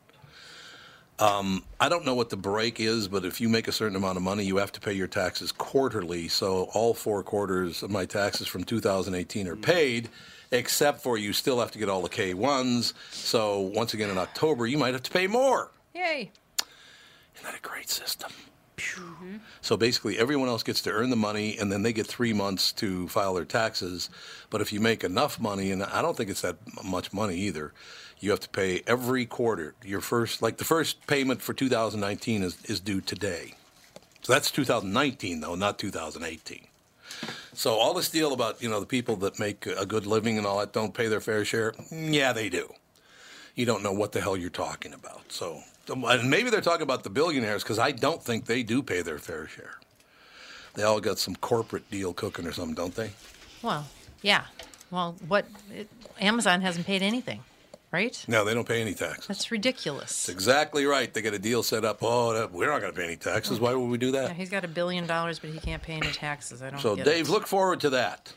Um, I don't know what the break is, but if you make a certain amount of money, you have to pay your taxes quarterly. So all four quarters of my taxes from 2018 are paid, except for you still have to get all the K ones. So once again in October, you might have to pay more. Yay. Isn't that a great system? Mm-hmm. So basically, everyone else gets to earn the money, and then they get three months to file their taxes. But if you make enough money, and I don't think it's that m- much money either, you have to pay every quarter. Your first, like the first payment for 2019 is, is due today. So that's 2019, though, not 2018. So all this deal about you know the people that make a good living and all that don't pay their fair share, yeah, they do. You don't know what the hell you're talking about. So and maybe they're talking about the billionaires because I don't think they do pay their fair share. They all got some corporate deal cooking or something, don't they? Well, yeah. Well, what it, Amazon hasn't paid anything, right? No, they don't pay any tax. That's ridiculous. That's exactly right. They got a deal set up. Oh, that, we're not going to pay any taxes. Why would we do Yeah, that? he's got a billion dollars, but he can't pay any taxes. I don't. So get Dave, it. look forward to that.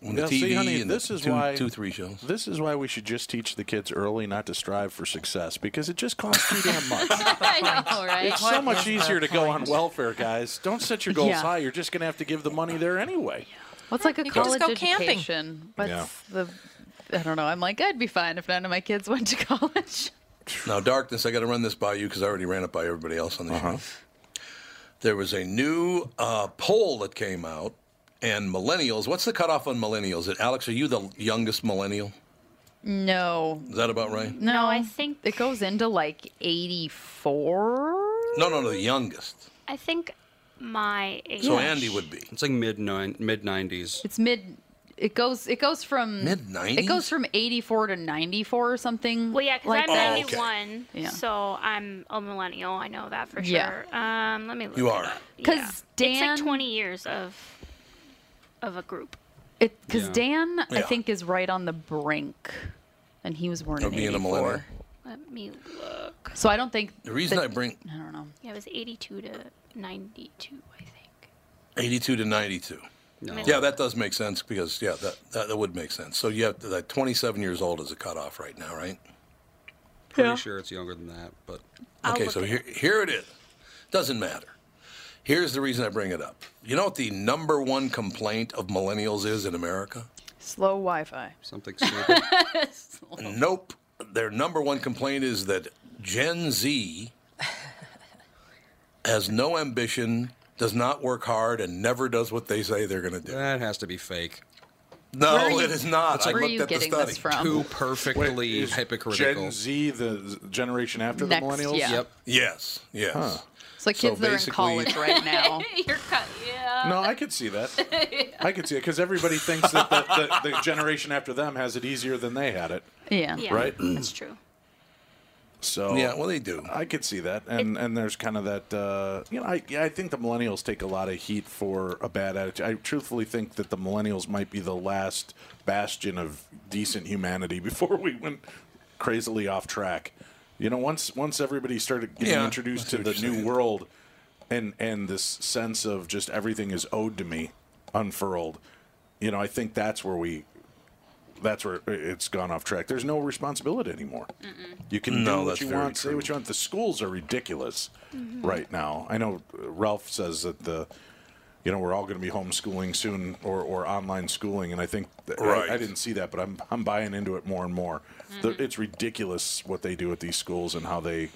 When the Now, TV see, honey, and this the is two, why, two, three shows. This is why we should just teach the kids early not to strive for success because it just costs too damn much. I know, right? It's so much easier to go on welfare, guys. Don't set your goals Yeah. high. You're just going to have to give the money there anyway. What's like a You could college just go camping. education? What's Yeah. the I don't know. I'm like, I'd be fine if none of my kids went to college. Now, darkness, I got to run this by you because I already ran it by everybody else on the show. There was a new uh, poll that came out, and millennials. What's the cutoff on millennials? And Alex, are you the youngest millennial? No. Is that about right? No, I think it goes into like 84. No, no, no, the youngest. I think my age. would be. It's like mid mid nineties. It's mid. It goes. It goes from Mid-nineties? It goes from 84 to 94 or something. Well, yeah, because like Oh, I'm that. 91, Yeah. so I'm a millennial. I know that for sure. Yeah. Um, let me look. You it are. up. 'Cause Yeah. Dan- it's like 20 years of of a group. It because Yeah. Dan, I Yeah. think, is right on the brink, and he was born Of in being a 84. millennial. Let me look. So I don't think The reason that- I bring I don't know. Yeah, it was 82 to 92. I think. 82 to 92. No. Yeah, that does make sense because, yeah, that, that, that would make sense. So you have that 27 years old is a cutoff right now, right? Pretty sure it's younger than that, but okay, so here, here it is. Doesn't matter. Here's the reason I bring it up. You know what the number one complaint of millennials is in America? Slow Wi-Fi. Something. Nope. Their number one complaint is that Gen Z has no ambition, does not work hard, and never does what they say they're going to do. That has to be fake. No, it is not. I looked at the study. Too perfectly is hypocritical. Gen Z, the generation after Next, the millennials. yeah. Yep. Yes. Yes. It's like kids that are in college right now. You're cut. Yeah. No, I could see that. I could see it because everybody thinks that the, the, the generation after them has it easier than they had it. Mm. Yeah. Right. That's true. So Yeah, well, they do. I could see that, and and there's kind of that. Uh, you know, I yeah, I think the millennials take a lot of heat for a bad attitude. I truthfully think that the millennials might be the last bastion of decent humanity before we went crazily off track. You know, once once everybody started getting Yeah, introduced I see to what the you're new world, and and this sense of just everything is owed to me, unfurled. You know, I think that's where we. That's where it's gone off track. There's no responsibility anymore. You can No, do what that's you very want, say what you want. The schools are ridiculous Mhm. right now. I know uh, Ralph says that the, you know, we're all going to be homeschooling soon or, or online schooling, and I think that, I- Right. I, didn't see that, but I'm I'm buying into it more and more. The- it's ridiculous what they do at these schools and how they.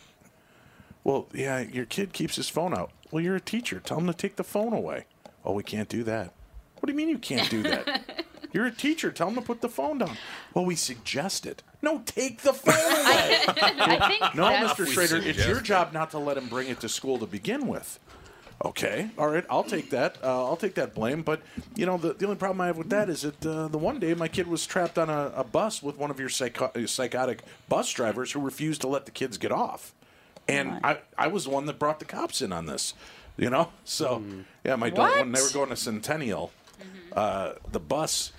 Well, yeah, your kid keeps his phone out. Well, you're a teacher. Tell him to take the phone away. Oh, we can't do that. What do you mean you can't do that? You're a teacher. Tell him to put the phone down. Well, we suggest it. No, take the phone away. I think No, that's- Mr. Schrader, it's your job not to let him bring it to school to begin with. Okay, all right, I'll take that. Uh, I'll take that blame. But you know, the, the only problem I have with that is that uh, the one day my kid was trapped on a, a bus with one of your psycho- uh, psychotic bus drivers who refused to let the kids get off, and I, I was the one that brought the cops in on this. You know, so yeah, my daughter when they were What? going to Centennial, Mm-hmm. uh, the bus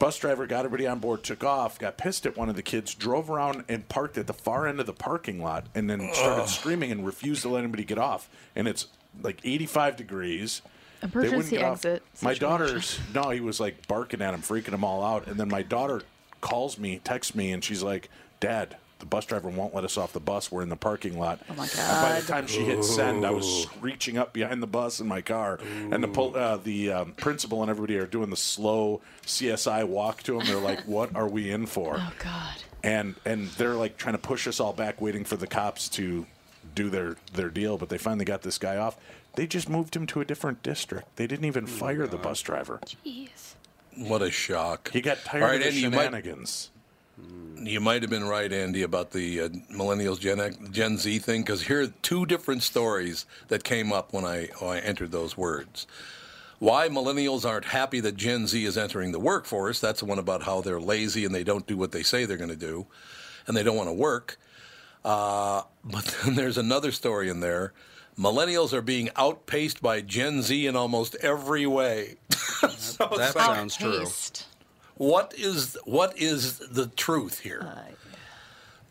Bus driver got everybody on board, took off, got pissed at one of the kids, drove around and parked at the far end of the parking lot, and then started Ugh. screaming and refused to let anybody get off. And it's like 85 degrees. They wouldn't Emergency get off. exit My situation. daughter's no, he was like barking at him, freaking them all out. And then my daughter calls me, texts me, and she's like, "Dad, the bus driver won't let us off the bus. We're in the parking lot." Oh my god! By the time she hit send, I was reaching up behind the bus in my car, and the pol- uh, the um, principal and everybody are doing the slow CSI walk to him. They're like, "What are we in for?" Oh God! And and they're like trying to push us all back, waiting for the cops to do their their deal. But they finally got this guy off. They just moved him to a different district. They didn't even fire the bus driver. Jeez. What a shock. He got tired of the shenanigans. You might, you might have been right, Andy, about the uh, millennials Gen, X- Gen Z thing, because here are two different stories that came up when I, when I entered those words. Why millennials aren't happy that Gen Z is entering the workforce. That's the one about how they're lazy and they don't do what they say they're going to do, and they don't want to work. Uh, but then there's another story in there. Millennials are being outpaced by Gen Z in almost every way. so it's that like- sounds true. Outpaced. What is what is the truth here? Is Uh,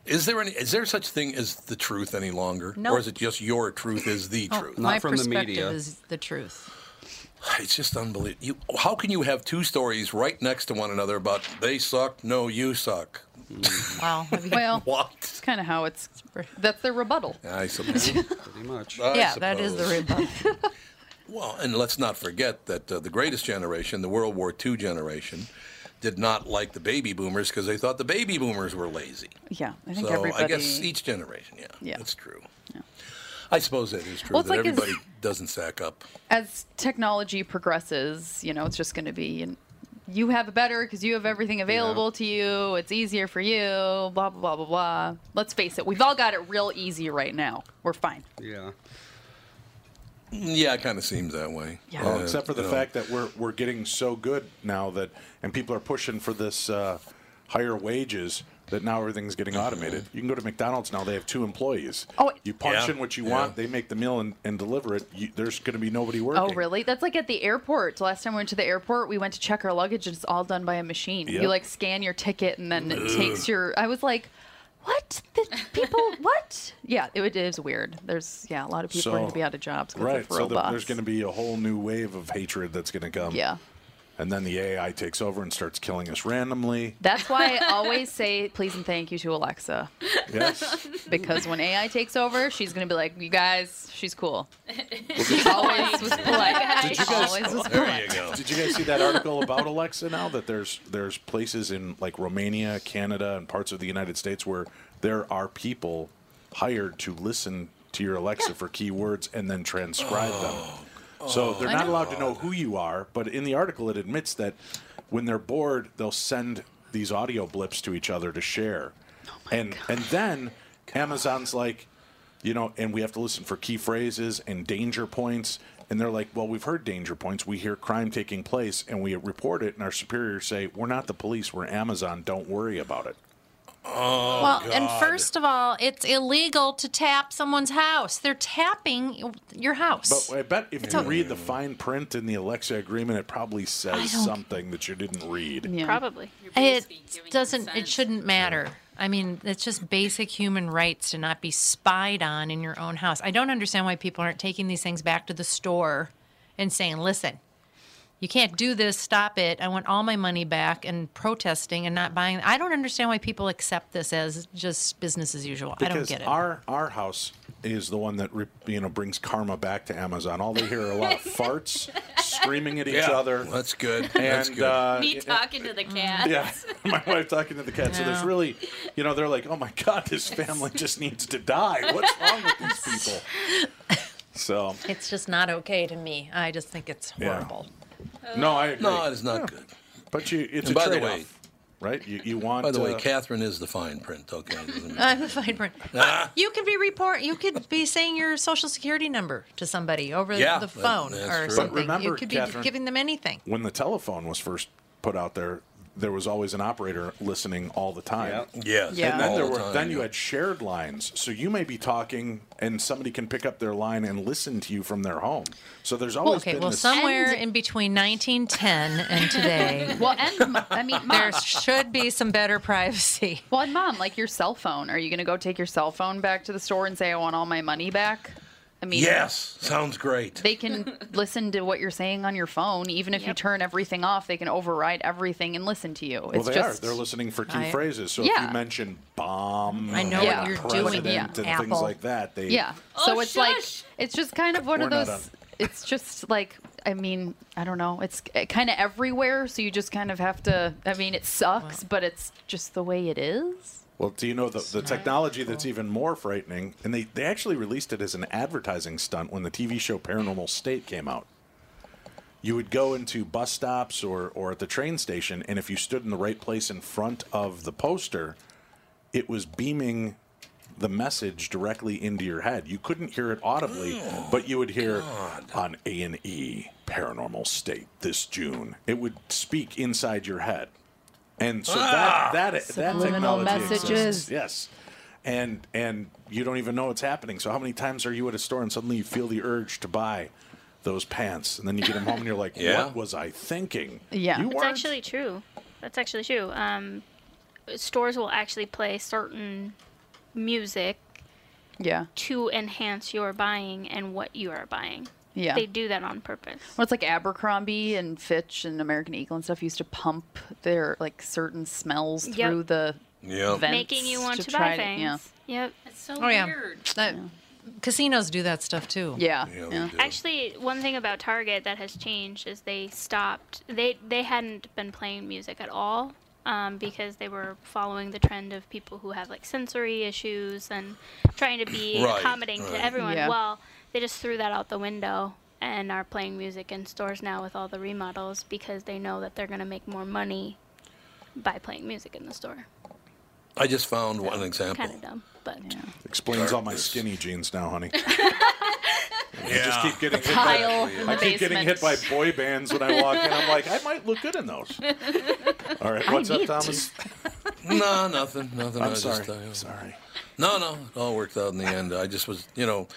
there any is there such thing as the truth any longer, No. or is it just your truth is the Oh, truth? my perspective is the truth. It's just unbelievable. You, how can you have two stories right next to one another about they suck, no, you suck? Mm-hmm. Wow. well, what? It's kind of how it's. That's their rebuttal. I suppose. Pretty much. I yeah, that is the suppose. rebuttal. Well, and let's not forget that uh, the greatest generation, the World War II generation, did not like the baby boomers because they thought the baby boomers were lazy. Yeah, I think so everybody. I guess each generation, yeah, Yeah. that's true. I suppose that is true Well, it's that like as- everybody doesn't stack up. as technology progresses, you know, it's just going to be and you have it better because you have everything available to you. It's easier for you. Blah blah blah blah blah. Let's face it, we've all got it real easy right now. We're fine. Yeah. Yeah, it kind of seems that way. Yeah. Well, except for the you know. fact that we're we're getting so good now that and people are pushing for this uh, higher wages that now everything's getting Uh-huh. automated. You can go to McDonald's now; they have two employees. Oh, you punch Yeah. in what you Yeah. want, they make the meal and, and deliver it. You, there's going to be nobody working. Oh really? That's like at the airport. The Last time we went to the airport, we went to check our luggage, and it's all done by a machine. You Yep. like scan your ticket, and then it Ugh. takes your. I was like, what? The people? what? Yeah, it, it is weird. There's yeah, a lot of people are going to be out of jobs because right? of so the- robots. there's going to be a whole new wave of hatred that's going to come. Yeah. and then the AI takes over and starts killing us randomly. That's why I always say please and thank you to Alexa. Yes. Because when AI takes over, she's going to be like, you guys, she's cool. She's always was polite. Did you Always guys, was polite. Did you guys see that article about Alexa now that there's there's places in like Romania, Canada, and parts of the United States where there are people hired to listen to your Alexa for keywords and then transcribe them. Oh. So they're I not know. allowed to know who you are, but in the article it admits that when they're bored, they'll send these audio blips to each other to share. Oh and and then Amazon's like, you know, and we have to listen for key phrases and danger points. And they're like, well, we've heard danger points. We hear crime taking place and we report it. And our superiors say, we're not the police. We're Amazon. Don't worry about it. Oh, well, and first of all, it's illegal to tap someone's house. They're tapping your house. But I bet if It's you okay. read the fine print in the Alexa agreement, it probably I don't- says something that you didn't read. Probably. It doesn't. It shouldn't matter. I mean, it's just basic human rights to not be spied on in your own house. I don't understand why people aren't taking these things back to the store and saying, "Listen, you can't do this. Stop it. I want all my money back." And protesting and not buying. I don't understand why people accept this as just business as usual. I don't Because get it. our our house is the one that re- you know brings karma back to Amazon. All they hear are a lot of farts, screaming at each Yeah, other. That's good. And That's good. Uh, Me it- talking to the Mm. cat. Yeah, my wife talking to the cat. So there's No. really, you know, they're like, oh my god, this family just needs to die. What's wrong with these people? So It's just not okay to me. I just think it's Yeah. horrible. no, I agree. No, it's not good. But you, it's And a by the trade-off, way- right? You, you want. By the way, uh, Catherine is the fine print. Okay. I'm a fine print. Ah. You could be report. You could be saying your social security number to somebody over Yeah, the that- phone that's or true. But something. you remember, could be Catherine- giving them anything. when the telephone was first put out there, there was always an operator listening all the time. Yeah. Yes, And then all there the were time, then you yeah. had shared lines. So you may be talking and somebody can pick up their line and listen to you from their home. So there's always Well, okay, been well, this somewhere in between 1910 and today, well, and m- I mean, there should be some better privacy. Well, and mom, like your cell phone. Are you going to go take your cell phone back to the store and say, I want all my money back? I mean, Yes, sounds great. They can listen to what you're saying on your phone. Even if you turn everything off, they can override everything and listen to you. Well, It's they just are. They're listening for key I- phrases. So if Yeah. you mention bomb, I and know what Yeah. you're doing, president yeah. and things Apple. like that, they yeah. Oh, So it's like it's just kind of one We're of not those. on. It's just like I mean I don't know. It's kind of everywhere, so you just kind of have to. I mean, it sucks, but it's just the way it is. Well, do you know the, the technology that's even more frightening? And they, they actually released it as an advertising stunt when the TV show Paranormal State came out. You would go into bus stops or, or at the train station, and if you stood in the right place in front of the poster, it was beaming the message directly into your head. You couldn't hear it audibly, but you would hear on A and E Paranormal State this June. It would speak inside your head, and so Ah! that that that Subliminal technology exists. messages. Yes, and and you don't even know it's happening. So how many times are you at a store and suddenly you feel the urge to buy those pants, and then you get them home and you're like, Yeah. what was I thinking? It's you weren't. actually true. That's actually true. Um, stores will actually play certain music Yeah. to enhance your buying and what you are buying. Yeah. They do that on purpose. Well, it's like Abercrombie and Fitch and American Eagle and stuff used to pump their like certain smells Yep. through the Yep. vents Making you want to to, try buy to- things. yeah. Yep. It's so Oh, yeah. weird. That- Casinos do that stuff too. Yeah. Actually, one thing about Target that has changed is they stopped. They they hadn't been playing music at all um, because they were following the trend of people who have like sensory issues and trying to be Right, accommodating right. to everyone. Yeah. Well, they just threw that out the window and are playing music in stores now with all the remodels because they know that they're going to make more money by playing music in the store. I just found one example. Kind of dumb, but Explains all my skinny jeans now, honey. I just Yeah. keep getting hit Pile by, in I the keep getting hit by basement. boy bands when I walk in. I'm like, I might look good in those. All right, I what's up, need Thomas? no, nothing, nothing. I'm I was sorry. Just, uh, sorry. No, no, it all worked out in the end. I just was, you know,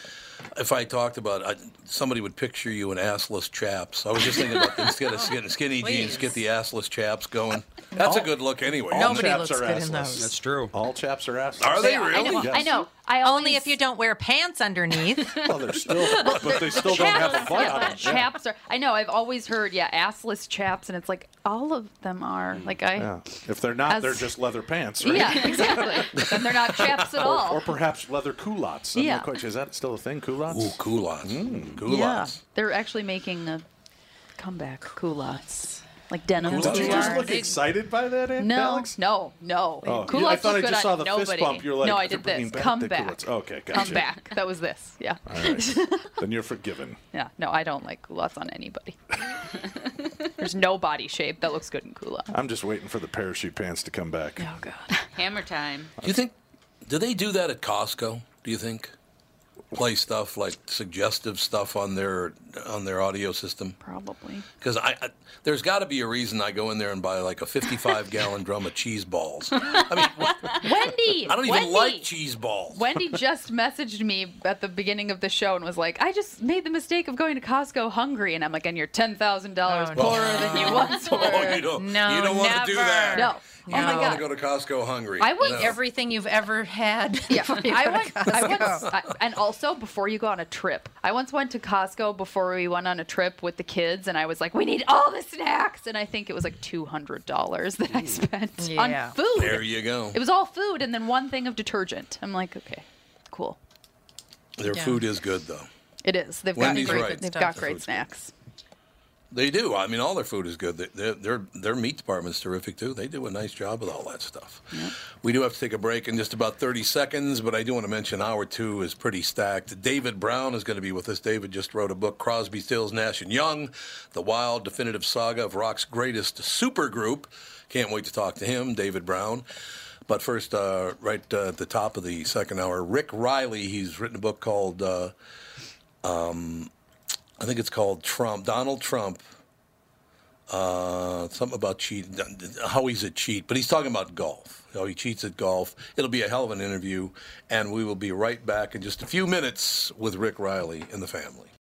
if I talked about, it, I, somebody would picture you in assless chaps. I was just thinking about instead of skin, skinny jeans, get the assless chaps going. That's a good look anyway. All chaps are assless. That's true. All chaps are assless. Are they I know. really? I know. Only if you don't wear pants underneath. Well, they're still, but they still don't have a Chaps, butt yeah, on but them. Yeah. chaps are. I know. I've always heard, yeah, assless chaps, and it's like all of them are. Hmm. Like I, Yeah. If they're not, As- they're just leather pants, right? yeah, exactly. then they're not chaps at or, all. or perhaps leather culottes. I'm Yeah. not quite sure. Is that still a thing? Culottes? Hmm. Ooh, culottes. Yeah, they're actually making a comeback. Culottes, like denim. Did you just culottes. look excited by that, Aunt No, Alex? no, no. Oh, Culottes yeah, I thought look I good just on saw the nobody. fist bump. You're like, no, I "They're did bringing this. back Come the back. culottes." Okay, Come gotcha. back. That was this. Yeah. All right. Then you're forgiven. yeah. No, I don't like culottes on anybody. There's no body shape that looks good in culottes. I'm just waiting for the parachute pants to come back. Oh god. Hammer time. Do you think? Do they do that at Costco? Do you think? Play stuff like suggestive stuff on their on their audio system. Probably. Because I, I there's got to be a reason I go in there and buy like a 55 gallon drum of cheese balls. Wendy. I don't even Wendy! like cheese balls. Wendy just messaged me at the beginning of the show and was like, "I just made the mistake of going to Costco hungry," and I'm like, "And you're ten thousand dollars Oh, poorer than you once were." Oh, you don't, No, you don't want to do never. that. No. You Oh don't my want to God. go to Costco hungry. I want No. everything you've ever had. Yeah, I went. I Costco. went, I- and also before you go on a trip, I once went to Costco before we went on a trip with the kids, and I was like, "We need all the snacks," and I think it was like two hundred dollars that I spent Yeah. on food. There you go. It was all food, and then one thing of detergent. I'm like, okay, cool. Their Yeah. food is good though. It is. They've Wendy's got great. right. They've Stuff. got The great food's snacks. They do. I mean, all their food is good. They- Their their their meat department's terrific too. They do a nice job with all that stuff. We do have to take a break in just about 30 seconds, but I do want to mention hour two is pretty stacked. David Brown is going to be with us. David just wrote a book, Crosby, Stills, Nash and Young: The Wild Definitive Saga of Rock's Greatest Supergroup. Can't wait to talk to him, David Brown. But first, uh, right uh, at the top of the second hour, Rick Riley. He's written a book called. Uh, um, I think it's called Trump, Donald Trump. Uh, something about cheat, how he's a cheat, but he's talking about golf. How he cheats at golf. It'll be a hell of an interview, and we will be right back in just a few minutes with Rick Riley and the family.